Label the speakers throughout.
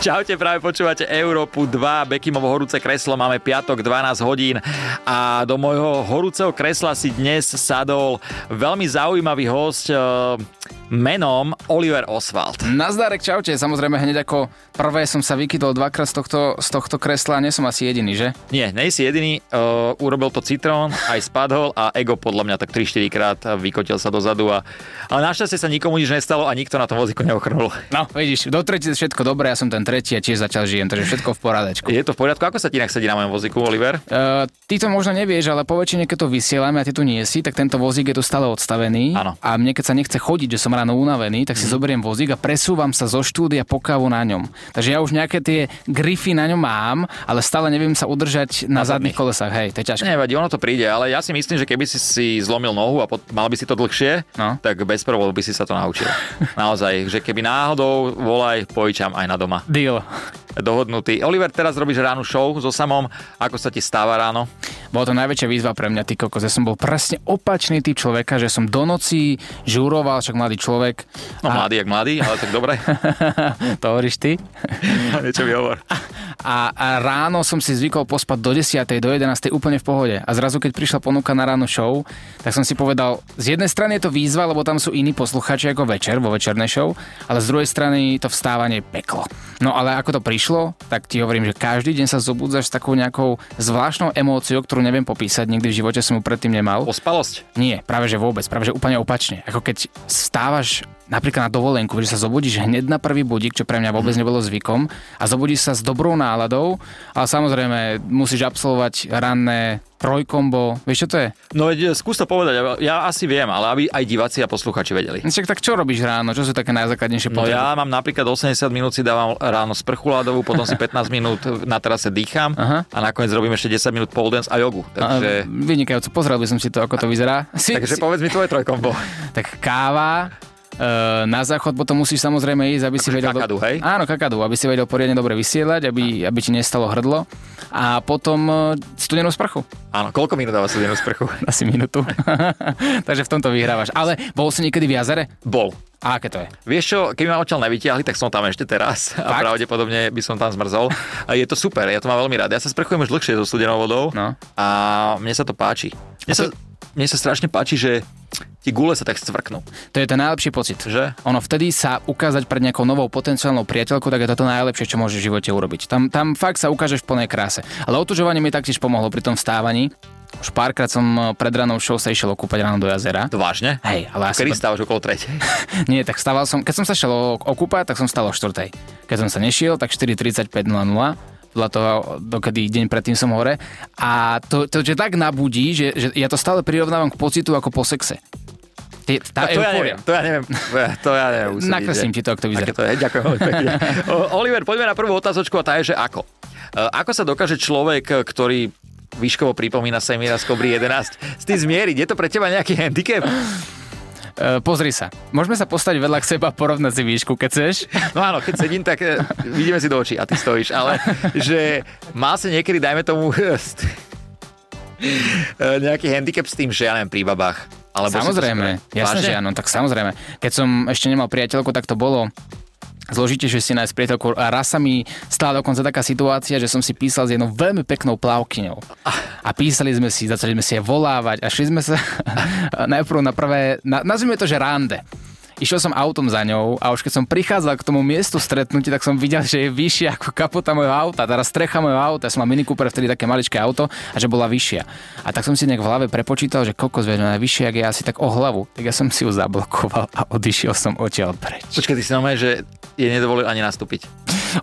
Speaker 1: Čaute, práve počúvate Európu 2, Bekimovo horúce kreslo, máme piatok 12 hodín a do môjho horúceho kresla si dnes sadol veľmi zaujímavý host e, menom Oliver Oswald.
Speaker 2: Nazdárek, čaute. Samozrejme, hneď ako prvé som sa vykydol dvakrát z tohto, z tohto kresla. Nie som asi jediný, že?
Speaker 1: Nie, nej si jediný, e, urobil to Citrón, aj spadol a Ego podľa mňa tak 3-4 krát vykotil sa dozadu a, ale našťastie sa nikomu nič nestalo a nikto na tom voziku neochrnul.
Speaker 2: No, vidíš, do tretí je všetko dobré, ja som ten tretí a tiež zatiaľ žijem, takže všetko v porádečku.
Speaker 1: Je to v poriadku? Ako sa ti inak sedí na mojom voziku, Oliver?
Speaker 2: Uh, ty to možno nevieš, ale po väčšine, keď to vysielame a ty tu nie si, tak tento vozík je tu stále odstavený.
Speaker 1: Áno.
Speaker 2: A mne, keď sa nechce chodiť, že som ráno unavený, tak si zoberiem vozík a presúvam sa zo štúdia po kávu na ňom. Takže ja už nejaké tie grify na ňom mám, ale stále neviem sa udržať na,
Speaker 1: Na
Speaker 2: zadných
Speaker 1: zadných.
Speaker 2: kolesách. Hej, to je ťažké.
Speaker 1: Nevadí, ono to príde, ale ja si myslím, že keby si si zlomil nohu a pot- mal by si to dlhšie,
Speaker 2: No.
Speaker 1: tak bez problémov by si sa to naučil. Naozaj, že keby náhodou volaj, pojičam aj na doma.
Speaker 2: Deal.
Speaker 1: Dohodnutý. Oliver, teraz robíš ránu show so samom. Ako sa ti stáva ráno?
Speaker 2: Bola to najväčšia výzva pre mňa, ty kokos. Ja som bol presne opačný typ človeka, že som do noci žúroval, však mladý človek.
Speaker 1: No mladý, jak mladý, ale tak dobre.
Speaker 2: to hovoríš ty.
Speaker 1: Niečo mi hovor.
Speaker 2: A, a ráno som si zvykol pospať do 10. do 11. úplne v pohode. A zrazu, keď prišla ponuka na ráno show, tak som si povedal, z jednej strany je to výzva, lebo tam sú iní poslucháči ako večer, vo večernej show, ale z druhej strany to vstávanie je peklo. No ale ako to prišlo, tak ti hovorím, že každý deň sa zobudzaš s takou nejakou zvláštnou emóciou, ktorú neviem popísať, nikdy v živote som ju predtým nemal.
Speaker 1: Ospalosť.
Speaker 2: Nie, práve že vôbec, práve že úplne opačne. Ako keď stávaš napríklad na dovolenku, že sa zobudíš hneď na prvý budík, čo pre mňa
Speaker 1: Mhm.
Speaker 2: vôbec nebolo zvykom, a zobudíš sa s dobrou náladou, ale samozrejme musíš absolvovať ranné trojkombo, vieš čo to je?
Speaker 1: No veď, skús to povedať, ja- ja asi viem, ale aby aj diváci a posluchači vedeli.
Speaker 2: No Však tak čo robíš ráno, čo sú také najzákladnejšie
Speaker 1: No
Speaker 2: potreby?
Speaker 1: ja mám napríklad 80 minút si dávam ráno sprchu ľadovú, potom si 15 minút na terase dýcham
Speaker 2: Aha.
Speaker 1: a nakoniec robím ešte 10 minút pole dance a jogu.
Speaker 2: A,
Speaker 1: Takže,
Speaker 2: No, vynikajúco, pozrel by som si to, ako to vyzerá. Si,
Speaker 1: takže
Speaker 2: si,
Speaker 1: povedz mi tvoje trojkombo.
Speaker 2: tak káva, e, na záchod potom musíš samozrejme ísť, aby si
Speaker 1: Akože
Speaker 2: vedel...
Speaker 1: kakadu, hej?
Speaker 2: Áno, kakadu, aby si vedel poriadne dobre vysielať, aby, aby ti nestalo hrdlo. A potom e, studenú sprchu.
Speaker 1: Áno, koľko minút dáva sedem sprchu?
Speaker 2: Asi minútu. Takže v tomto vyhrávaš. Ale bol si niekedy v jazere?
Speaker 1: Bol.
Speaker 2: A aké to je?
Speaker 1: Vieš čo, keby ma odtiaľ nevytiahli, tak som tam ešte teraz a
Speaker 2: Fakt?
Speaker 1: pravdepodobne by som tam zmrzol. A je to super, ja to mám veľmi rád. Ja sa sprchujem už dlhšie so studenou vodou
Speaker 2: No.
Speaker 1: a mne sa to páči. Mne, sa, mne sa strašne páči, že tie gule sa tak stvrknú,
Speaker 2: To je ten najlepší pocit.
Speaker 1: že?
Speaker 2: Ono vtedy sa ukázať pred nejakou novou potenciálnou priateľkou, tak je to to najlepšie, čo môžeš v živote urobiť. Tam, tam fakt sa ukážeš v plnej kráse. Ale otužovanie mi taktiež pomohlo pri tom vstávaní. Už párkrát som e, pred ranou show sa išiel okúpať ráno do jazera.
Speaker 1: To vážne?
Speaker 2: Hej, ale asi...
Speaker 1: Kedy stávaš okolo tretej?
Speaker 2: Nie, tak stával som, keď som sa šiel o- okúpať, tak som stál o 4. Keď som sa nešiel, tak 4.35.00 podľa toho, eh, dokedy deň predtým som hore. A to, to že tak nabudí, že, že ja to stále prirovnávam k pocitu ako po sexe. Tie- Tá
Speaker 1: to ja
Speaker 2: eufória.
Speaker 1: neviem, to ja neviem, to ja- to ja neviem. usúdiť,
Speaker 2: Nakreslím
Speaker 1: že-
Speaker 2: ti to, ak to vyzerá.
Speaker 1: Aké to je, ďakujem veľmi pekne. O, Oliver, poďme na prvú otázočku a tá je, že ako? E, Ako sa dokáže človek, ktorý výškovo pripomína Semira z Kobry 11, s tým zmieriť? Je to pre teba nejaký handicap?
Speaker 2: E, pozri sa. Môžeme sa postať vedľa k seba a porovnať si výšku, keď chceš.
Speaker 1: No áno, keď sedím, tak e, vidíme si do očí a ty stojíš, ale že má sa niekedy, dajme tomu, e, st- e, nejaký handicap s tým, že ja neviem, pri babách. Alebo si to
Speaker 2: Samozrejme,
Speaker 1: skôr-
Speaker 2: jasné,
Speaker 1: Vážne?
Speaker 2: že áno, tak samozrejme. Keď som ešte nemal priateľku, tak to bolo zložitejšie si nájsť priateľku. A raz sa mi stala dokonca taká situácia, že som si písal s jednou veľmi peknou plavkyňou. A písali sme si, začali sme si jej volávať a šli sme sa najprv na prvé, na, nazvime to, že rande. Išiel som autom za ňou a už keď som prichádzal k tomu miestu stretnutia, tak som videl, že je vyššia ako kapota mojho auta, teda strecha mojho auta. Ja som mal Mini Cooper, vtedy také maličké auto a že bola vyššia. A tak som si nejak v hlave prepočítal, že kokos vieš, ona je vyššia, ak je asi tak o hlavu. Tak ja som si ju zablokoval a odišiel som odtiaľ preč.
Speaker 1: Počkaj, ty si normálne, že je nedovolil ani nastúpiť.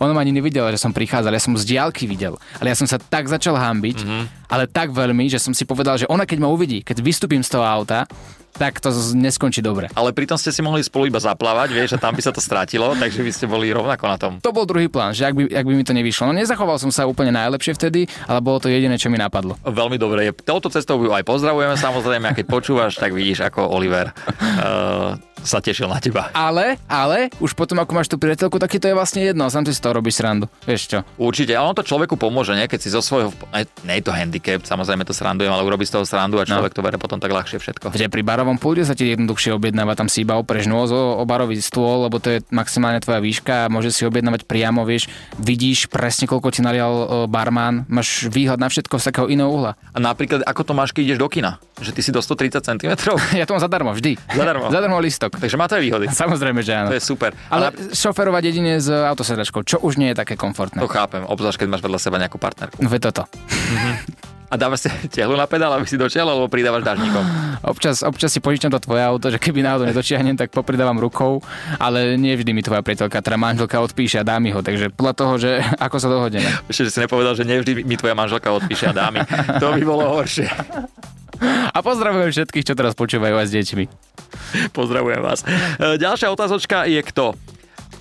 Speaker 2: Ona ma ani nevidela, že som prichádzal, ja som mu z diálky videl, ale ja som sa tak začal hambiť, mm-hmm. ale tak veľmi, že som si povedal, že ona keď ma uvidí, keď vystúpim z toho auta, tak to z- neskončí dobre.
Speaker 1: Ale pritom ste si mohli spolu iba zaplávať, vieš, a tam by sa to strátilo, takže by ste boli rovnako na tom.
Speaker 2: To bol druhý plán, že ak by, ak by mi to nevyšlo. No nezachoval som sa úplne najlepšie vtedy, ale bolo to jediné, čo mi napadlo.
Speaker 1: Veľmi dobre. je. Touto cestou ju aj pozdravujeme samozrejme a keď počúvaš, tak vidíš ako Oliver. Uh, eh, sa tešil na teba.
Speaker 2: Ale, ale, už potom ako máš tú priateľku, tak ti to je vlastne jedno. Sám si z toho robíš srandu. Vieš čo?
Speaker 1: Určite, ale on to človeku pomôže, nie? keď si zo svojho... aj- Nie je to handicap, samozrejme to srandujem, ale urobí z toho srandu a človek to bere potom tak ľahšie všetko.
Speaker 2: Že pri barovom pulte sa ti jednoduchšie objednáva, tam si iba opreš nôz o, o barový stôl, lebo to je maximálne tvoja výška a môže si objednávať priamo, vieš, vidíš presne, koľko ti nalial o, barman, máš výhľad na všetko z takého iného uhla.
Speaker 1: A napríklad, ako to máš, keď ideš do kina? Že ty si do 130 cm?
Speaker 2: Ja to mám zadarmo, vždy.
Speaker 1: Zadarmo.
Speaker 2: zadarmo listok.
Speaker 1: Takže má to aj výhody.
Speaker 2: Samozrejme, že áno.
Speaker 1: To je super.
Speaker 2: Ale
Speaker 1: Ale
Speaker 2: šoferovať jedine s autosedačkou, čo už nie je také komfortné.
Speaker 1: to chápem, obzvlášť keď máš vedľa seba nejakú partnerku.
Speaker 2: Ve toto.
Speaker 1: A dávaš si tehlu na pedál, aby si dočial, alebo pridávaš dážnikom.
Speaker 2: Občas, občas si požičam to tvoje auto, že keby náhodou nedočiahnem, tak popridávam rukou, ale nie vždy mi tvoja priateľka, teda manželka odpíše a dá mi ho, takže podľa toho, že ako sa dohodneme.
Speaker 1: Ešte, že si nepovedal, že nevždy mi tvoja manželka odpíše a dámy. To by bolo horšie.
Speaker 2: A pozdravujem všetkých, čo teraz počúvajú aj s deťmi.
Speaker 1: Pozdravujem vás. E, Ďalšia otázočka je kto?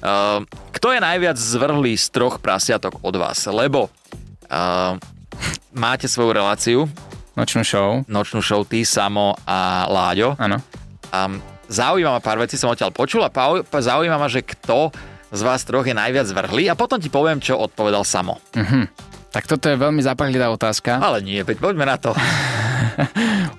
Speaker 1: Ehm, Kto je najviac zvrhlý z troch prasiatok od vás? Lebo ehm, máte svoju reláciu,
Speaker 2: Nočnú show,
Speaker 1: nočnú show ty, Samo a Láďo.
Speaker 2: áno.
Speaker 1: Um, zaujíma ma pár vecí, som odtiaľ počul a pau- pa- zaujíma ma, že kto z vás troch je najviac zvrhlý a potom ti poviem, čo odpovedal Samo.
Speaker 2: Tak toto je veľmi zapaklivá otázka.
Speaker 1: Ale nie, veď poďme na to.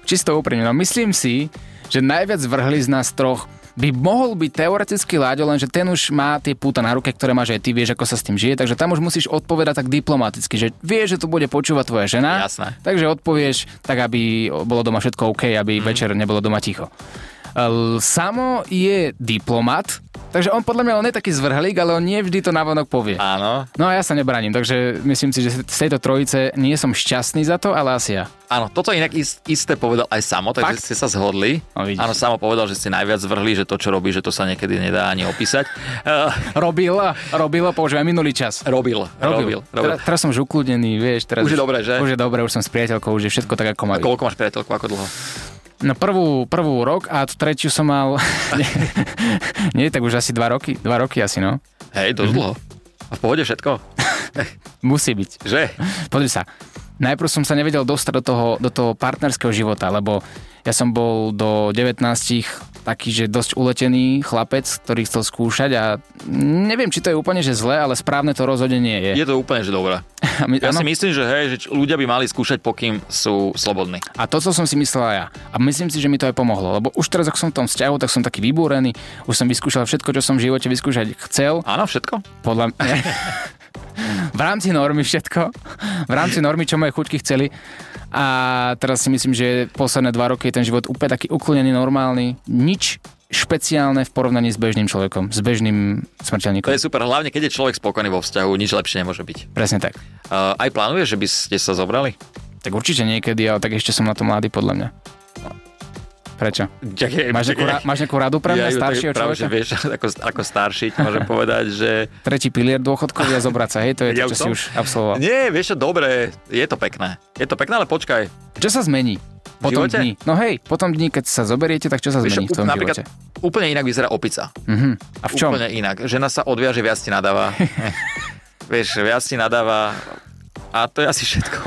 Speaker 2: Čisto úprimne, no myslím si, že najviac vrhli z nás troch by mohol byť teoreticky Láďo, lenže ten už má tie púta na ruke, ktoré máš aj ty, vieš, ako sa s tým žije, takže tam už musíš odpovedať tak diplomaticky, že vieš, že to bude počúvať tvoja žena,
Speaker 1: Jasné.
Speaker 2: takže odpovieš tak, aby bolo doma všetko OK, aby mm. večer nebolo doma ticho. L- Samo je diplomat, takže on podľa mňa on je taký zvrhlík, ale on nie vždy to navonok povie.
Speaker 1: Áno,
Speaker 2: No a ja sa nebraním, takže myslím si, že z tejto trojice nie som šťastný za to, ale asi ja.
Speaker 1: áno, toto inak is- isté povedal aj Samo, takže
Speaker 2: Fakt?
Speaker 1: ste sa zhodli.
Speaker 2: No, vidíš.
Speaker 1: áno, Samo povedal, že ste najviac zvrhlí, že to, čo robí, že to sa niekedy nedá ani opísať. Uh,
Speaker 2: Robila, robila, používaj minulý čas.
Speaker 1: robil, robil, robil.
Speaker 2: Teraz, teraz som už ukľudnený, vieš. Teraz
Speaker 1: Už je dobré, že?
Speaker 2: Už je dobré, už som s priateľkou, už je všetko tak, ako má. byť.
Speaker 1: Koľko máš priateľku, ako dlho?
Speaker 2: No prvú, prvú rok a tú tretiu som mal... Nie, tak už asi dva roky. Dva roky asi, no.
Speaker 1: Hej, dosť dlho. A v pohode všetko?
Speaker 2: Musí byť.
Speaker 1: Že?
Speaker 2: Pozri sa, najprv som sa nevedel dostať do toho, do toho partnerského života, lebo ja som bol do 19 taký, že dosť uletený chlapec, ktorý chcel skúšať a neviem, či to je úplne, že zle, ale správne to rozhodne nie je.
Speaker 1: Je to úplne, že dobré.
Speaker 2: A, my,
Speaker 1: Ja
Speaker 2: áno.
Speaker 1: si myslím, že hej, že č- ľudia by mali skúšať, pokým sú slobodní.
Speaker 2: a to, čo som si myslel aj ja. A myslím si, že mi to aj pomohlo, lebo už teraz, ak som v tom vzťahu, tak som taký vybúrený, už som vyskúšal všetko, čo som v živote vyskúšať chcel
Speaker 1: Áno, všetko?
Speaker 2: podľa mňa... v rámci normy všetko. V rámci normy, čo moje chuťky chceli. A teraz si myslím, že posledné dva roky je ten život úplne taký uklonený, normálny. Nič špeciálne v porovnaní s bežným človekom, s bežným
Speaker 1: To
Speaker 2: smrteľníkom.
Speaker 1: je super, hlavne keď je človek spokojný vo vzťahu, nič lepšie nemôže byť.
Speaker 2: Presne tak.
Speaker 1: Uh, aj plánuješ, že by ste sa zobrali?
Speaker 2: Tak určite niekedy, ale tak ešte som na to mladý, podľa mňa. Prečo?
Speaker 1: Ďakujem.
Speaker 2: Máš nejakú, ra- máš nejakú radu pre mňa, staršieho
Speaker 1: práve, že
Speaker 2: človeka?
Speaker 1: vieš, ako, ako starší ti môžem povedať, že...
Speaker 2: Tretí pilier dôchodkový a zobrať sa, hej, to je
Speaker 1: Ja už
Speaker 2: to, čo si
Speaker 1: som.
Speaker 2: už absolvoval.
Speaker 1: Nie, vieš čo, dobre, je to pekné. Je to pekné, ale počkaj.
Speaker 2: Čo sa zmení? Potom
Speaker 1: živote?
Speaker 2: dní. No hej, potom dní, keď sa zoberiete, tak čo sa
Speaker 1: Vieš,
Speaker 2: zmení v
Speaker 1: čo,
Speaker 2: tom
Speaker 1: napríklad
Speaker 2: živote?
Speaker 1: úplne inak vyzerá opica.
Speaker 2: Mhm. A v čom?
Speaker 1: Úplne inak. Žena sa odviaže, viac ti nadáva. vieš, viac ti nadáva a to je asi všetko.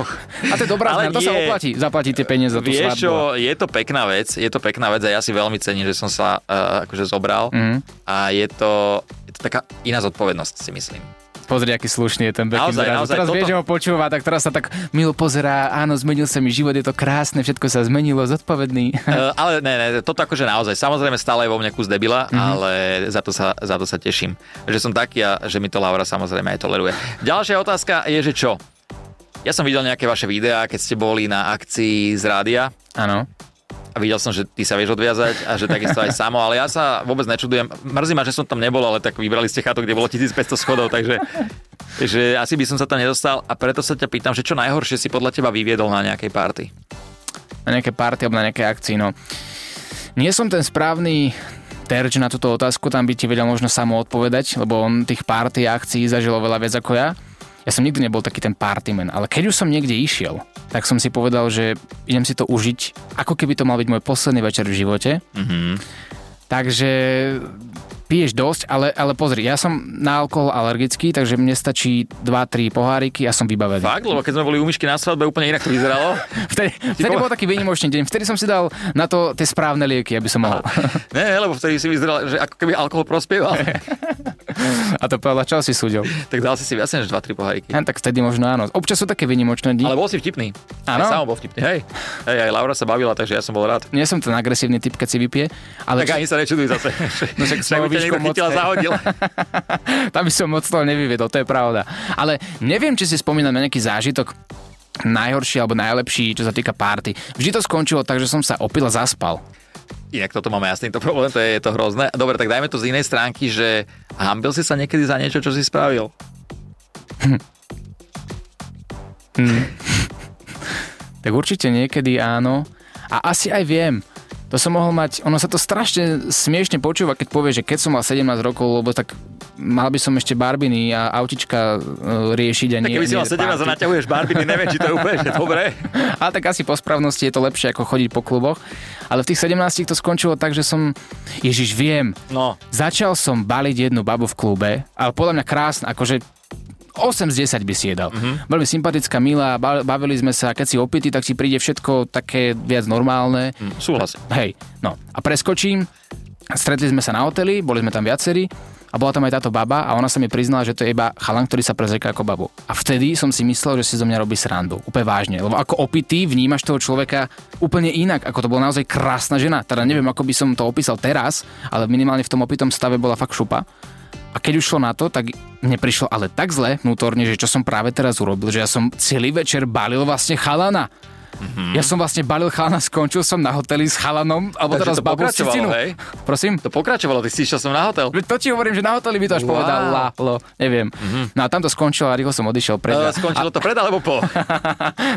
Speaker 2: A to je dobrá
Speaker 1: Ale
Speaker 2: zmena, to sa
Speaker 1: nie.
Speaker 2: oplatí, zaplatí tie peniaze za tú
Speaker 1: Vieš
Speaker 2: svadbu.
Speaker 1: čo, je to pekná vec, je to pekná vec a ja si veľmi cením, že som sa uh, akože zobral
Speaker 2: Mhm.
Speaker 1: a je to, je to taká iná zodpovednosť si myslím.
Speaker 2: Pozri, aký slušný je ten Bekim
Speaker 1: Naozaj,
Speaker 2: zrazu.
Speaker 1: naozaj,
Speaker 2: teraz vie,
Speaker 1: toto-
Speaker 2: že ho počúva, tak teraz sa tak milo pozerá, áno, zmenil sa mi život, je to krásne, všetko sa zmenilo, zodpovedný.
Speaker 1: Uh, ale ne, ne, toto akože naozaj, samozrejme stále je vo mne kus debila, mm-hmm. ale za to, sa, za to sa teším, že som taký a že mi to Laura samozrejme aj toleruje. Ďalšia otázka je, že čo? Ja som videl nejaké vaše videá, keď ste boli na akcii z rádia
Speaker 2: Áno.
Speaker 1: a videl som, že ty sa vieš odviazať a že takisto aj samo, ale ja sa vôbec nečudujem. Mrzí ma, že som tam nebol, ale tak vybrali ste chatu, kde bolo 1500 schodov, takže že asi by som sa tam nedostal a preto sa ťa pýtam, že čo najhoršie si podľa teba vyviedol na nejakej party.
Speaker 2: Na nejaké party alebo na nejaké akcii, no. Nie som ten správny terč na túto otázku, tam by ti vedel možno samo odpovedať, lebo on tých party a akcií zažil oveľa viac ako ja. Ja som nikdy nebol taký ten partyman, ale keď už som niekde išiel, tak som si povedal, že idem si to užiť, ako keby to mal byť môj posledný večer v živote.
Speaker 1: Mhm.
Speaker 2: Takže piješ dosť, ale, ale pozri, ja som na alkohol alergický, takže mne stačí 2-3 poháriky a som vybavený.
Speaker 1: Fakt, lebo keď sme boli u myšky na svadbe, úplne inak to vyzeralo.
Speaker 2: Vtedy, vtedy bol taký výnimočný deň, vtedy som si dal na to tie správne lieky, aby som mohol.
Speaker 1: Ne, ne, lebo vtedy si vyzeral, že ako keby alkohol prospieval.
Speaker 2: A to Pavla, čo si súdil?
Speaker 1: tak dal si si viac než 2-3 poháriky.
Speaker 2: Ja, tak vtedy možno áno. Občas sú také výnimočné dni.
Speaker 1: Ale bol si vtipný.
Speaker 2: Áno.
Speaker 1: Aj sám bol vtipný. Hej. Hej, aj Laura sa bavila, takže ja som bol rád.
Speaker 2: Nie som ten agresívny typ, keď si vypije, ale
Speaker 1: Tak ani sa nečuduj zase. No
Speaker 2: však s
Speaker 1: tak
Speaker 2: mojou
Speaker 1: by ťa niekto
Speaker 2: výškou moc
Speaker 1: chytil a
Speaker 2: ne.
Speaker 1: zahodil.
Speaker 2: tam by som moc toho nevyvedol, to je pravda. Ale neviem, či si spomínam na nejaký zážitok najhorší alebo najlepší, čo sa týka party. Vždy to skončilo tak, že som sa opil a zaspal.
Speaker 1: Inak toto máme jasný to problém, to je, je to hrozné. Dobre, tak dajme to z inej stránky, že hambil si sa niekedy za niečo, čo si spravil.
Speaker 2: Tak určite niekedy áno. A asi aj viem. To som mohol mať, ono sa to strašne smiešne počúva, keď povie, že keď som mal 17 rokov, lebo tak mal by som ešte barbiny a autička e, riešiť a
Speaker 1: Tak
Speaker 2: nie.
Speaker 1: keby si
Speaker 2: nie
Speaker 1: mal 17 a
Speaker 2: party.
Speaker 1: naťahuješ barbiny, neviem, či to je úplne že dobre.
Speaker 2: Ale tak asi po správnosti je to lepšie ako chodiť po kluboch. Ale v tých 17 to skončilo tak, že som... Ježiš, viem.
Speaker 1: No,
Speaker 2: Začal som baliť jednu babu v klube, ale podľa mňa krásna, akože 8 z 10 by si jedal. Mm-hmm. Veľmi sympatická, milá, ba- bavili sme sa, keď si opitý, tak si príde všetko také viac normálne. Mm.
Speaker 1: súhlasím.
Speaker 2: Hej, no a preskočím, stretli sme sa na hoteli, boli sme tam viacerí a bola tam aj táto baba a ona sa mi priznala, že to je iba chalan, ktorý sa prezreká ako babu. A vtedy som si myslel, že si zo mňa robí srandu. Úplne vážne, lebo ako opitý vnímaš toho človeka úplne inak, ako to bola naozaj krásna žena. Teda neviem, ako by som to opísal teraz, ale minimálne v tom opitom stave bola fakt šupa. A keď už šlo na to, tak mne prišlo ale tak zle vnútorne, že čo som práve teraz urobil, že ja som celý večer balil vlastne chalana.
Speaker 1: Mhm.
Speaker 2: Mm-hmm. Ja som vlastne balil chalana, skončil som na hoteli s chalanom, alebo
Speaker 1: Takže
Speaker 2: teraz
Speaker 1: to
Speaker 2: babou z
Speaker 1: pokračovalo,
Speaker 2: Cicinu.
Speaker 1: hej?
Speaker 2: Prosím?
Speaker 1: To pokračovalo, ty si išiel som na hotel.
Speaker 2: Veď To ti hovorím, že na hoteli by to až
Speaker 1: Wow. Mhm.
Speaker 2: wow. povedal Lalo, neviem. Mm-hmm. No a tam to skončilo a rýchlo som odišiel pred.
Speaker 1: Eh, Skončilo to pred alebo po?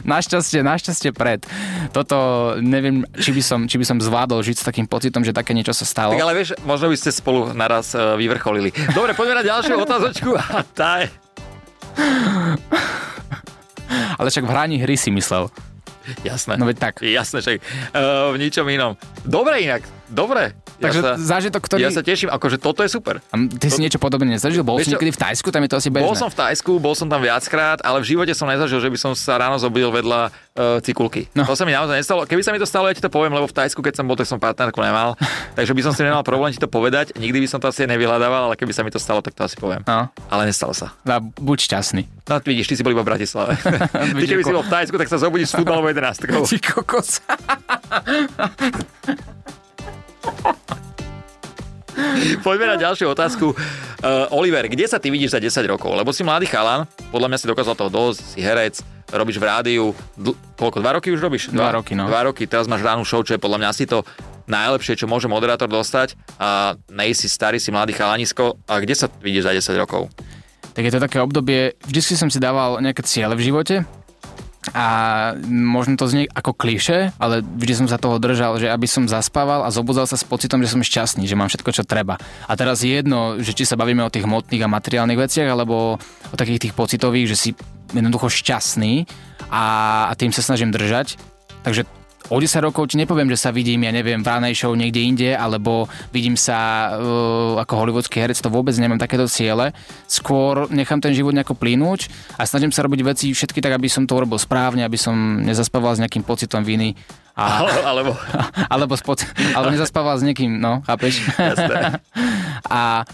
Speaker 2: našťastie, našťastie pred. Toto neviem, či by, som, či by som zvládol žiť s takým pocitom, že také niečo sa stalo.
Speaker 1: Tak ale vieš, možno by ste spolu naraz eh, vyvrcholili. Dobre, poďme na ďalšiu otázočku. A tá je...
Speaker 2: ale však v hraní hry si myslel.
Speaker 1: Jasné.
Speaker 2: No veď tak.
Speaker 1: Jasné, však. Uh, v ničom inom. Dobre inak, dobre.
Speaker 2: Takže
Speaker 1: ja sa,
Speaker 2: zážitok, ktorý...
Speaker 1: ja sa teším, akože toto je super.
Speaker 2: A ty si niečo podobné nezažil? Bol
Speaker 1: Vieš
Speaker 2: si
Speaker 1: čo?
Speaker 2: niekedy v Tajsku? Tam je to asi bežné.
Speaker 1: Bol som v Tajsku, bol som tam viackrát, ale v živote som nezažil, že by som sa ráno zobudil vedľa uh, cikulky. No.
Speaker 2: No.
Speaker 1: To sa mi naozaj nestalo. Keby sa mi to stalo, ja ti to poviem, lebo v Tajsku, keď som bol, tak som partnerku nemal. Takže by som si nemal problém ti to povedať. Nikdy by som to asi nevyhľadával, ale keby sa mi to stalo, tak to asi poviem.
Speaker 2: No,
Speaker 1: Ale nestalo sa.
Speaker 2: a buď šťastný.
Speaker 1: No vidíš, ty si bol iba v Bratislave. ty keby si bol v Tajsku, tak sa zobudíš s futbalovou jedenástkou.
Speaker 2: Ty kokos.
Speaker 1: Poďme na ďalšiu otázku. Uh, Oliver, kde sa ty vidíš za 10 rokov? Lebo si mladý chalan, podľa mňa si dokázal toho dosť, si herec, robíš v rádiu, dl- koľko, dva roky už robíš?
Speaker 2: Dva roky, no.
Speaker 1: Dva roky, teraz máš ránu show, čo je podľa mňa asi to najlepšie, čo môže moderátor dostať. A nej si starý, si mladý chalanisko. A kde sa vidíš za 10 rokov?
Speaker 2: tak je to také obdobie, vždy som si dával nejaké ciele v živote a možno to znie ako kliše, ale vždy som sa toho držal, že aby som zaspával a zobudzal sa s pocitom, že som šťastný, že mám všetko, čo treba. A teraz je jedno, že či sa bavíme o tých hmotných a materiálnych veciach, alebo o takých tých pocitových, že si jednoducho šťastný a, a tým sa snažím držať. Takže o 10 rokov ti nepoviem, že sa vidím, ja neviem, v ranej show niekde inde, alebo vidím sa uh, ako hollywoodský herec, to vôbec nemám takéto ciele. Skôr nechám ten život nejako plínuť a snažím sa robiť veci všetky tak, aby som to urobil správne, aby som nezaspával s nejakým pocitom viny. A,
Speaker 1: Ale- Alebo...
Speaker 2: alebo, spod, alebo nezaspával s niekým, no, chápeš?
Speaker 1: Jasné.
Speaker 2: A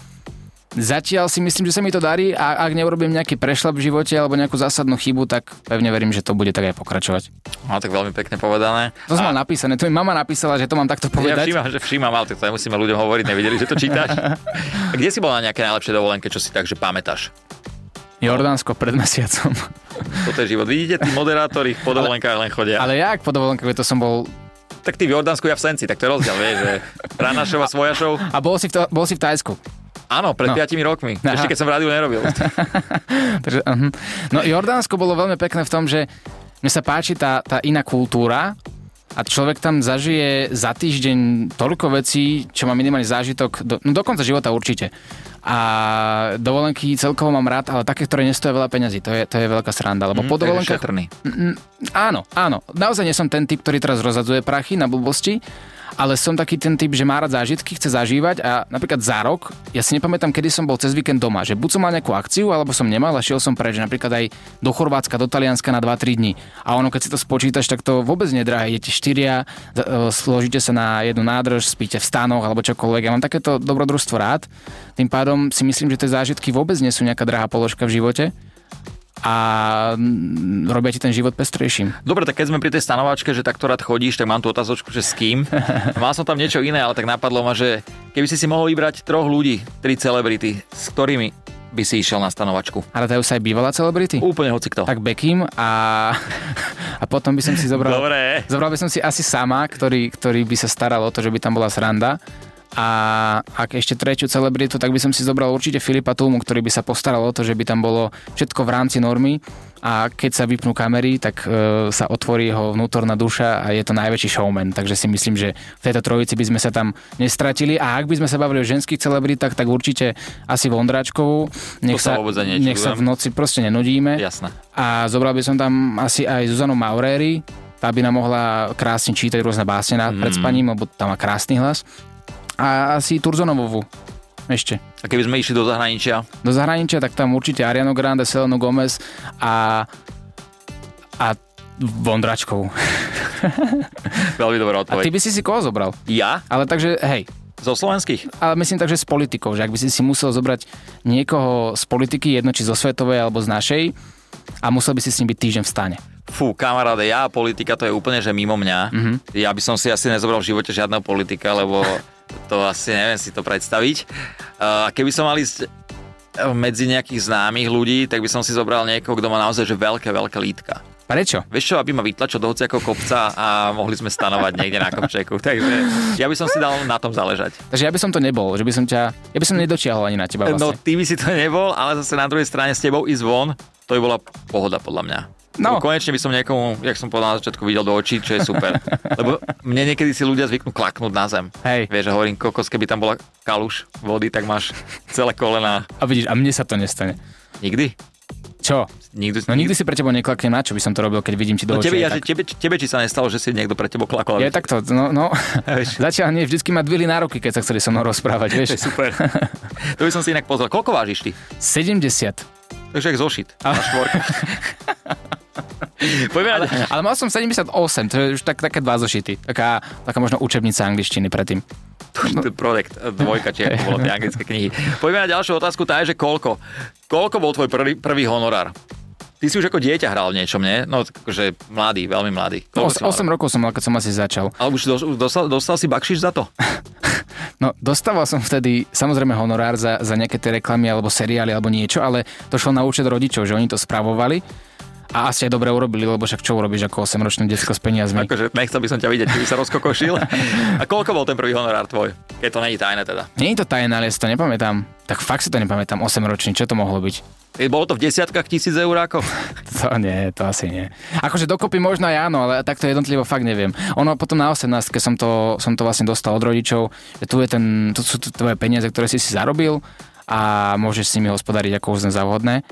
Speaker 2: zatiaľ si myslím, že sa mi to darí a ak neurobím nejaký prešlap v živote alebo nejakú zásadnú chybu, tak pevne verím, že to bude tak aj pokračovať.
Speaker 1: No tak veľmi pekne povedané.
Speaker 2: To som mal napísané, to mi mama napísala, že to mám
Speaker 1: Ja
Speaker 2: takto povedať.
Speaker 1: všímam, že všímam, ale tak to nemusíme ľuďom hovoriť, nevideli, že to čítaš. A kde si bol na nejaké najlepšie dovolenke, čo si takže pamätáš?
Speaker 2: Jordánsko pred mesiacom.
Speaker 1: Toto je život. Vidíte, tí moderátori po dovolenkách len chodia.
Speaker 2: Ale ja, ak po dovolenke, veď to som bol...
Speaker 1: Tak ty v Jordánsku, ja v Senci, tak to je rozdiel, vieš, že rána show a svoja show.
Speaker 2: A bol si v, to, bol si v Tajsku.
Speaker 1: Áno, pred
Speaker 2: No.
Speaker 1: 5 rokmi,
Speaker 2: Aha.
Speaker 1: ešte keď som v rádiu nerobil.
Speaker 2: Takže, uh-huh. No Jordánsko bolo veľmi pekné v tom, že mne sa páči tá, tá iná kultúra a človek tam zažije za týždeň toľko vecí, čo má minimálny zážitok, do, no do konca života určite. A dovolenky celkovo mám rád, ale také, ktoré nestoja veľa peňazí, to je, to je veľká sranda,
Speaker 1: Mhm,
Speaker 2: lebo mm, po dovolenkách
Speaker 1: Šetrný.
Speaker 2: Áno, áno. Naozaj nie som ten typ, ktorý teraz rozhadzuje prachy na blbosti, ale som taký ten typ, že má rád zážitky, chce zažívať a napríklad za rok, ja si nepamätám, kedy som bol cez víkend doma, že buď som mal nejakú akciu, alebo som nemal a šiel som preč, napríklad aj do Chorvátska, do Talianska na 2-3 dní. A ono, keď si to spočítaš, tak to vôbec nedrahé. Idete štyria, za- e, složíte sa na jednu nádrž, spíte v stanoch alebo čokoľvek. Ja mám takéto dobrodružstvo rád. Tým pádom si myslím, že tie zážitky vôbec nie sú nejaká drahá položka v živote a mm, robia ti ten život pestrejším.
Speaker 1: Dobre, tak keď sme pri tej stanovačke, že takto rád chodíš, tak mám tú otázočku, že s kým. Mal som tam niečo iné, ale tak napadlo ma, že keby si si mohol vybrať troch ľudí, tri celebrity, s ktorými by si išiel na stanovačku.
Speaker 2: Ale dajú sa aj bývalá celebrity?
Speaker 1: Úplne hoci kto.
Speaker 2: Tak Beckham a, a potom by som si zobral...
Speaker 1: Dobre.
Speaker 2: Zobral by som si asi sama, ktorý, ktorý by sa staral o to, že by tam bola sranda. A ak ešte tretiu celebritu, tak by som si zobral určite Filipa Túmu, ktorý by sa postaral o to, že by tam bolo všetko v rámci normy a keď sa vypnú kamery, tak e, sa otvorí jeho vnútorná duša a je to najväčší showman. Takže si myslím, že v tejto trojici by sme sa tam nestratili a ak by sme sa bavili o ženských celebritách, tak určite asi Vondráčkovú. Nech
Speaker 1: sa
Speaker 2: sa,
Speaker 1: vôbec ani
Speaker 2: nech sa
Speaker 1: nečudujem.
Speaker 2: v noci proste nenudíme.
Speaker 1: Jasné.
Speaker 2: A zobral by som tam asi aj Zuzanu Maureri, tá by nám mohla krásne čítať rôzne básne na, pred spaním, lebo tam má krásny hlas. A asi Turzonovovu ešte.
Speaker 1: A keby sme išli do zahraničia,
Speaker 2: Do zahraničia, tak tam určite Ariano Grande, Selenu Gomez a, a Vondračkovú.
Speaker 1: veľmi dobrá
Speaker 2: A
Speaker 1: odpoveď.
Speaker 2: ty by si si koho zobral?
Speaker 1: Ja?
Speaker 2: Ale takže, hej,
Speaker 1: Zo slovenských?
Speaker 2: ale myslím tak, že z politikov, že ak by si si musel zobrať niekoho z politiky, jedno či zo svetovej alebo z našej, a musel by si s ním byť týždeň v stane.
Speaker 1: Fú, kamaráde, ja a politika to je úplne, že mimo mňa.
Speaker 2: Mhm.
Speaker 1: Mm-hmm. Ja by som si asi nezobral v živote žiadneho politika, lebo to asi neviem si to predstaviť. Uh, keby som mal ísť medzi nejakých známych ľudí, tak by som si zobral niekoho, kto má naozaj že veľké, veľké lítka.
Speaker 2: Prečo?
Speaker 1: Vieš čo, aby ma vytlačil do hociakého kopca a mohli sme stanovať niekde na kopčeku. Takže ja by som si dal na tom záležať.
Speaker 2: Takže ja by som to nebol, že by som ťa, ja by som nedočiahol ani na teba
Speaker 1: No,
Speaker 2: vlastne.
Speaker 1: ty by si to nebol, ale zase na druhej strane s tebou ísť von, to by bola pohoda podľa mňa.
Speaker 2: No.
Speaker 1: Lebo Konečne by som niekomu, jak som povedal na začiatku, videl do očí, čo je super. Lebo mne niekedy si ľudia zvyknú klaknúť na zem.
Speaker 2: Hej.
Speaker 1: Vieš, že hovorím, kokos, keby tam bola kaluš vody, tak máš celé kolena.
Speaker 2: A vidíš, a mne sa to nestane.
Speaker 1: Nikdy?
Speaker 2: Čo?
Speaker 1: Nikdy?
Speaker 2: No nikdy si pre tebou neklaknem, na čo by som to robil, keď vidím ti do
Speaker 1: No
Speaker 2: očí.
Speaker 1: tebe, ja, že
Speaker 2: aj tak.
Speaker 1: tebe, tebe, či sa nestalo, že si niekto pre tebou klakol.
Speaker 2: Je takto, no, no.
Speaker 1: Vieš.
Speaker 2: Zatiaľ nie, vždycky ma dvili na ruky, keď sa chceli so mnou rozprávať, vieš.
Speaker 1: To je super. to by som si inak pozrel. Koľko vážiš ty?
Speaker 2: 70.
Speaker 1: Takže jak zošit. Na štvorku. Poďme na...
Speaker 2: Ale mal som 78, to je už tak, také dva zošity. Taká, taká možno učebnica angličtiny predtým.
Speaker 1: Projekt eh, dvojka, či ako bolo tie anglické knihy. Poďme na ďalšiu otázku, tá je, že koľko? Koľko bol tvoj prvý, prvý honorár? Ty si už ako dieťa hral v niečom, nie? No, že mladý, veľmi mladý. Koľko
Speaker 2: No, Os,
Speaker 1: si mal
Speaker 2: 8
Speaker 1: rád?
Speaker 2: rokov som mal, keď som asi začal.
Speaker 1: Ale už dos- dostal, dostal si bakšiš za to?
Speaker 2: No, dostával som vtedy samozrejme honorár za, za nejaké tie reklamy alebo seriály alebo niečo, ale to šlo na účet rodičov, že oni to spravovali a asi aj dobre urobili, lebo však čo urobíš ako 8-ročné detsko s peniazmi.
Speaker 1: Akože nechcel by som ťa vidieť, keby sa rozkokošil. A koľko bol ten prvý honorár tvoj? Keď to není tajné teda.
Speaker 2: Nie je to tajné, ale ja si to nepamätám. Tak fakt si to nepamätám, 8-ročný, čo to mohlo byť?
Speaker 1: Bolo to v desiatkách tisíc eurákov?
Speaker 2: To nie, to asi nie. Akože dokopy možno aj áno, ale takto jednotlivo fakt neviem. Ono potom na 18 som to, som to vlastne dostal od rodičov, že tu je ten, tu sú t- tvoje peniaze, ktoré si si zarobil a môžeš s nimi hospodáriť ako uznáš za vhodné.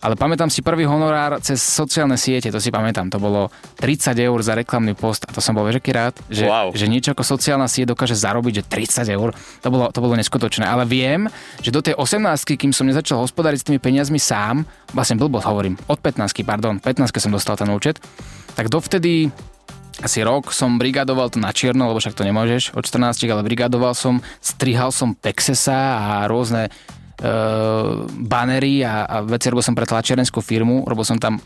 Speaker 2: Ale pamätám si prvý honorár cez sociálne siete, to si pamätám, to bolo 30 eur za reklamný post a to som bol veľký rád, že,
Speaker 1: Wow.
Speaker 2: že niečo ako sociálna sieť dokáže zarobiť, že 30 eur, to bolo, to bolo neskutočné. Ale viem, že do tej 18 kým som nezačal hospodáriť s tými peniazmi sám, vlastne blbo hovorím, od 15 pardon, 15 som dostal ten účet, tak dovtedy asi rok som brigadoval to na čierno, lebo však to nemôžeš od 14, ale brigadoval som, strihal som Texasa a rôzne e, banery a, a veci, robil som pre tlačiarenskú firmu, robil som tam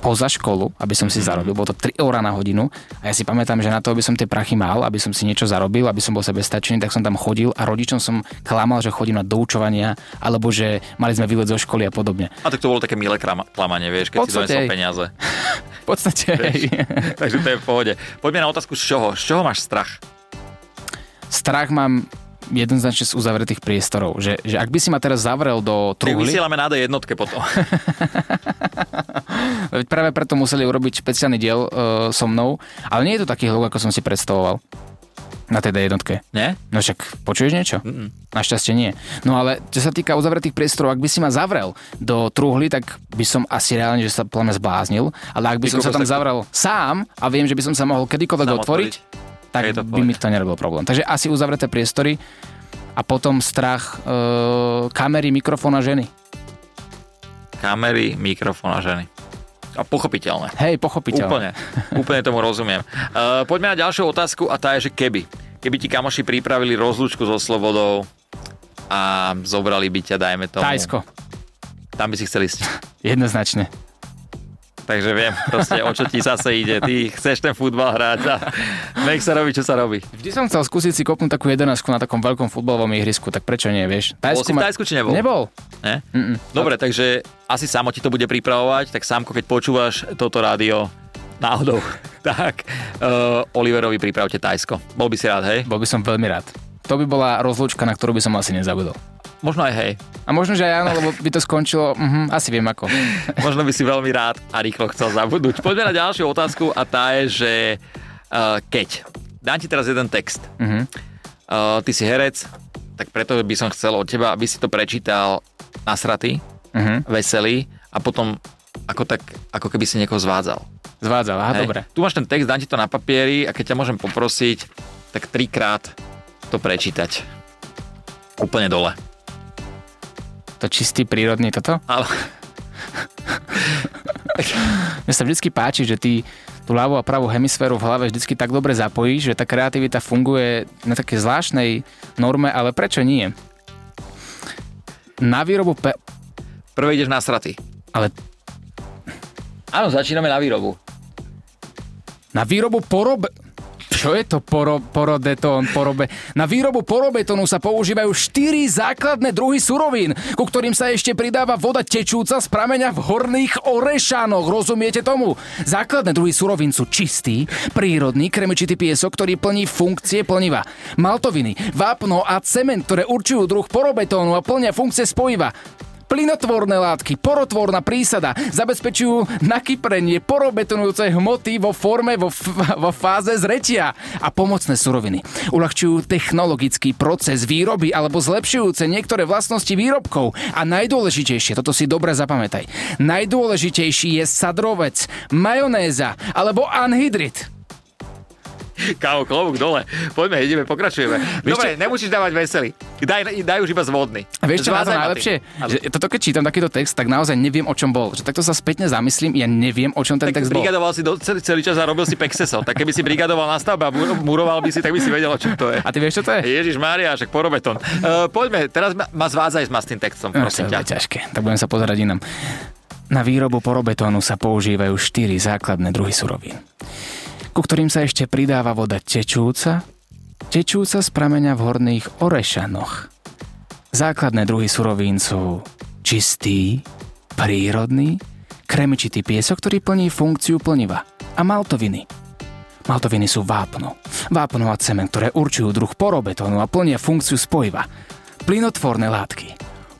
Speaker 2: poza školu, aby som si zarobil. Bolo to 3 eurá na hodinu a ja si pamätám, že na to, aby som tie prachy mal, aby som si niečo zarobil, aby som bol sebestačný, tak som tam chodil a rodičom som klamal, že chodím na doučovania alebo že mali sme výlet zo školy a podobne.
Speaker 1: A tak to bolo také milé krama- klamanie, vieš, keď si
Speaker 2: Podstate
Speaker 1: donesol
Speaker 2: hej.
Speaker 1: peniaze.
Speaker 2: V podstate, hej.
Speaker 1: Takže to je v pohode. Poďme na otázku, z čoho? Z čoho máš strach?
Speaker 2: strach mám jednoznačne z uzavretých priestorov. Že, že ak by si ma teraz zavrel do
Speaker 1: Tak
Speaker 2: truhly,
Speaker 1: vysielame na D jednotke potom.
Speaker 2: veď práve preto museli urobiť špeciálny diel e, so mnou, ale nie je to taký hluk, ako som si predstavoval na tej jednotke.
Speaker 1: Nie?
Speaker 2: No však počuješ niečo? Mm-mm. Našťastie nie. No ale čo sa týka uzavretých priestorov, ak by si ma zavrel do truhly, tak by som asi reálne, že sa podľa mňa zbláznil, ale ak by
Speaker 1: Ty
Speaker 2: som sa
Speaker 1: kokos,
Speaker 2: tam
Speaker 1: tak to-
Speaker 2: zavrel sám a viem, že by som sa mohol kedykoľvek
Speaker 1: Sám
Speaker 2: otvoriť, tak
Speaker 1: Je to v
Speaker 2: by mi to nerobil problém. Takže asi uzavreté priestory a potom strach e, kamery, mikrofóna ženy.
Speaker 1: Kamery, mikrofón a ženy. A pochopiteľné.
Speaker 2: Hej, pochopiteľ.
Speaker 1: Úplne, úplne tomu rozumiem. Uh, poďme na ďalšiu otázku a tá je, že keby. Keby ti kamoši pripravili rozlúčku so Slobodou a zobrali by ťa, dajme tomu.
Speaker 2: Tajsko,
Speaker 1: Tam by si chcel ísť.
Speaker 2: jednoznačne.
Speaker 1: Takže viem proste, o čo ti zase ide. Ty chceš ten futbal hrať a nech sa robí, čo sa robí.
Speaker 2: Vždy som chcel skúsiť si kopnúť takú jedenáctku na takom veľkom futbalovom ihrisku, tak prečo nie, vieš?
Speaker 1: Bol si v
Speaker 2: ma-
Speaker 1: Tajsku či nebol?
Speaker 2: Nebol.
Speaker 1: Ne?
Speaker 2: Mm-mm.
Speaker 1: Dobre, takže asi samo ti to bude pripravovať, tak Sámko, keď počúvaš toto rádio náhodou, tak uh, Oliverovi pripravte Tajsko. Bol by si rád, hej?
Speaker 2: Bol by som veľmi rád. To by bola rozlúčka, na ktorú by som asi nezabudol.
Speaker 1: Možno aj hej.
Speaker 2: A možno, že aj áno, lebo by to skončilo, mhm, asi viem ako.
Speaker 1: Možno by si veľmi rád a rýchlo chcel zabudnúť. Poďme na ďalšiu otázku a tá je, že uh, keď. Dám ti teraz jeden text. Uh,
Speaker 2: Mhm.
Speaker 1: ty si herec, tak preto by som chcel od teba, aby si to prečítal nasratý,
Speaker 2: Mhm.
Speaker 1: veselý a potom ako tak, ako keby si niekoho zvádzal.
Speaker 2: Zvádzal, aha,
Speaker 1: Hej.
Speaker 2: dobre.
Speaker 1: No Tu máš ten text, dám ti to na papieri a keď ťa môžem poprosiť, tak trikrát to prečítať. Úplne dole.
Speaker 2: To čistý, prírodný toto.
Speaker 1: Ale
Speaker 2: Mne sa vždy páči, že ty tú ľavú a pravú hemisféru v hlave vždy tak dobre zapojíš, že tá kreativita funguje na takej zvláštnej norme, ale prečo nie? Na výrobu pe-
Speaker 1: prvé ideš nasratý.
Speaker 2: ale
Speaker 1: Áno, začíname na výrobu.
Speaker 2: na výrobu porob... Čo je to poro, porodetón, porobe? Na výrobu porobetónu sa používajú štyri základné druhy surovín, ku ktorým sa ešte pridáva voda tečúca z prameňa v horných orešanoch. Rozumiete tomu? Základné druhy surovín sú čistý, prírodný, kremičitý piesok, ktorý plní funkcie plniva. Maltoviny, vápno a cement, ktoré určujú druh porobetónu a plnia funkcie spojiva. Plynotvorné látky, porotvorná prísada zabezpečujú nakyprenie porobetonujúcej hmoty vo forme vo, f- vo fáze zretia a pomocné suroviny. Uľahčujú technologický proces výroby alebo zlepšujúce niektoré vlastnosti výrobkov. A najdôležitejšie, toto si dobre zapamätaj, najdôležitejší je sadrovec, majonéza alebo anhydrit.
Speaker 1: Kámo, klobúk dole. Poďme, ideme, pokračujeme. Dobre, nemusíš dávať veselý. Daj, daj už iba zvodný.
Speaker 2: A vieš, čo na
Speaker 1: Zvázaj
Speaker 2: to
Speaker 1: ma ty.
Speaker 2: najlepšie?
Speaker 1: Áno.
Speaker 2: Že toto, keď čítam takýto text, tak naozaj neviem, o čom bol. Že takto sa spätne zamyslím, ja neviem, o čom ten
Speaker 1: tak
Speaker 2: text bol.
Speaker 1: brigadoval si do, celý, celý čas a robil si pexeso. Tak keby si brigadoval na stavbe a mu- muroval by si, tak by si vedel, o čom to je.
Speaker 2: A ty vieš, čo to je?
Speaker 1: Ježiš Mária, však porobeton. Uh, poďme, teraz ma, ma zvádzaj s tým textom,
Speaker 2: No,
Speaker 1: prosím
Speaker 2: to je
Speaker 1: ťa.
Speaker 2: ťažké, tak budem sa pozerať inam. Na výrobu porobetónu sa používajú štyri základné druhy surovín, ku ktorým sa ešte pridáva voda tečúca, tečúca z prameňa v horných orešanoch. Základné druhy surovín sú čistý, prírodný, kremičitý piesok, ktorý plní funkciu plniva a maltoviny. Maltoviny sú vápno. Vápno a cement, ktoré určujú druh porobetónu a plnia funkciu spojiva. Plynotvorné látky.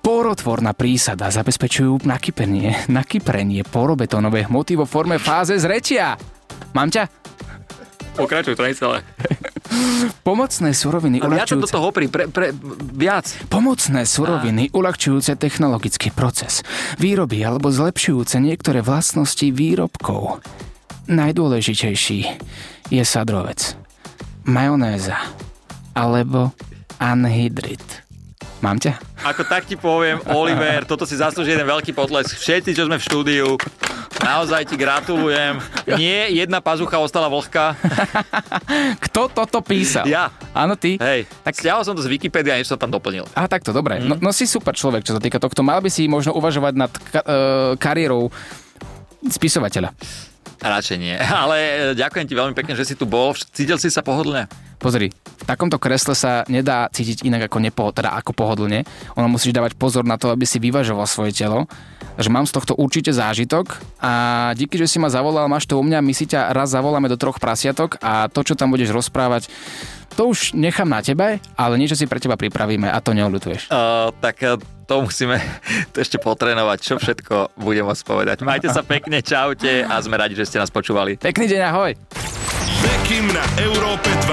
Speaker 2: Porotvorná prísada zabezpečujú nakypenie, nakyprenie porobetónovej hmoty vo forme fáze zretia. Mám ťa?
Speaker 1: Pokračuj, to nie celé.
Speaker 2: Pomocné suroviny
Speaker 1: Ale ja to do
Speaker 2: uľahčujúce...
Speaker 1: toho pri, pre, pre, viac.
Speaker 2: Pomocné suroviny uľahčujúce technologický proces, výroby alebo zlepšujúce niektoré vlastnosti výrobkov. Najdôležitejší je sadrovec, majonéza alebo anhydrit. Mám ťa?
Speaker 1: Ako tak ti poviem, Oliver, toto si zaslúži jeden veľký potlesk. Všetci, čo sme v štúdiu, naozaj ti gratulujem. Nie, jedna pazucha ostala vlhká.
Speaker 2: Kto toto písal?
Speaker 1: Ja.
Speaker 2: Áno, ty?
Speaker 1: Hej, Mhm. tak...
Speaker 2: Tak-
Speaker 1: stiahol som to z Wikipédie a niečo som tam doplnil.
Speaker 2: A takto, dobre. No, no si super človek, čo sa týka tohto. Mal by si možno uvažovať nad ka- e, kariérou spisovateľa.
Speaker 1: Radšej nie. Ale e, ďakujem ti veľmi pekne, že si tu bol. Vš- Cítil si sa pohodlne?
Speaker 2: Pozri, v takomto kresle sa nedá cítiť inak ako, nepo, teda ako pohodlne. Ono musíš dávať pozor na to, aby si vyvažoval svoje telo. Takže mám z tohto určite zážitok a díky, že si ma zavolal, máš to u mňa, my si ťa raz zavoláme do troch prasiatok a to, čo tam budeš rozprávať, to už nechám na tebe, ale niečo si pre teba pripravíme a to neodľutuješ.
Speaker 1: Uh, tak e, to musíme to ešte potrénovať, čo všetko budem môcť povedať. Majte sa pekne, čaute a sme radi, že ste nás počúvali.
Speaker 2: Pekný deň, ahoj!
Speaker 3: Bekim na Európe 2.